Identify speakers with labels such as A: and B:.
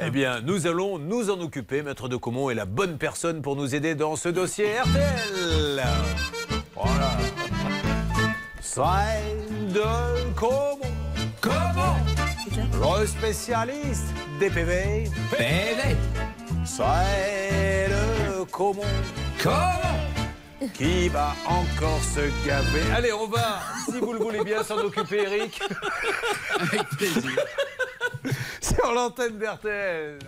A: Eh bien, nous allons nous en occuper. Maître de Comont est la bonne personne pour nous aider dans ce dossier RTL. Voilà. Sven de Comont. Comment Le spécialiste des PV.
B: PV.
A: Sven de Comont.
B: Comment
A: Qui va encore se gaver Allez, on va, si vous le voulez bien, s'en occuper, Eric.
B: Avec plaisir.
A: Sur l'antenne d'RTL.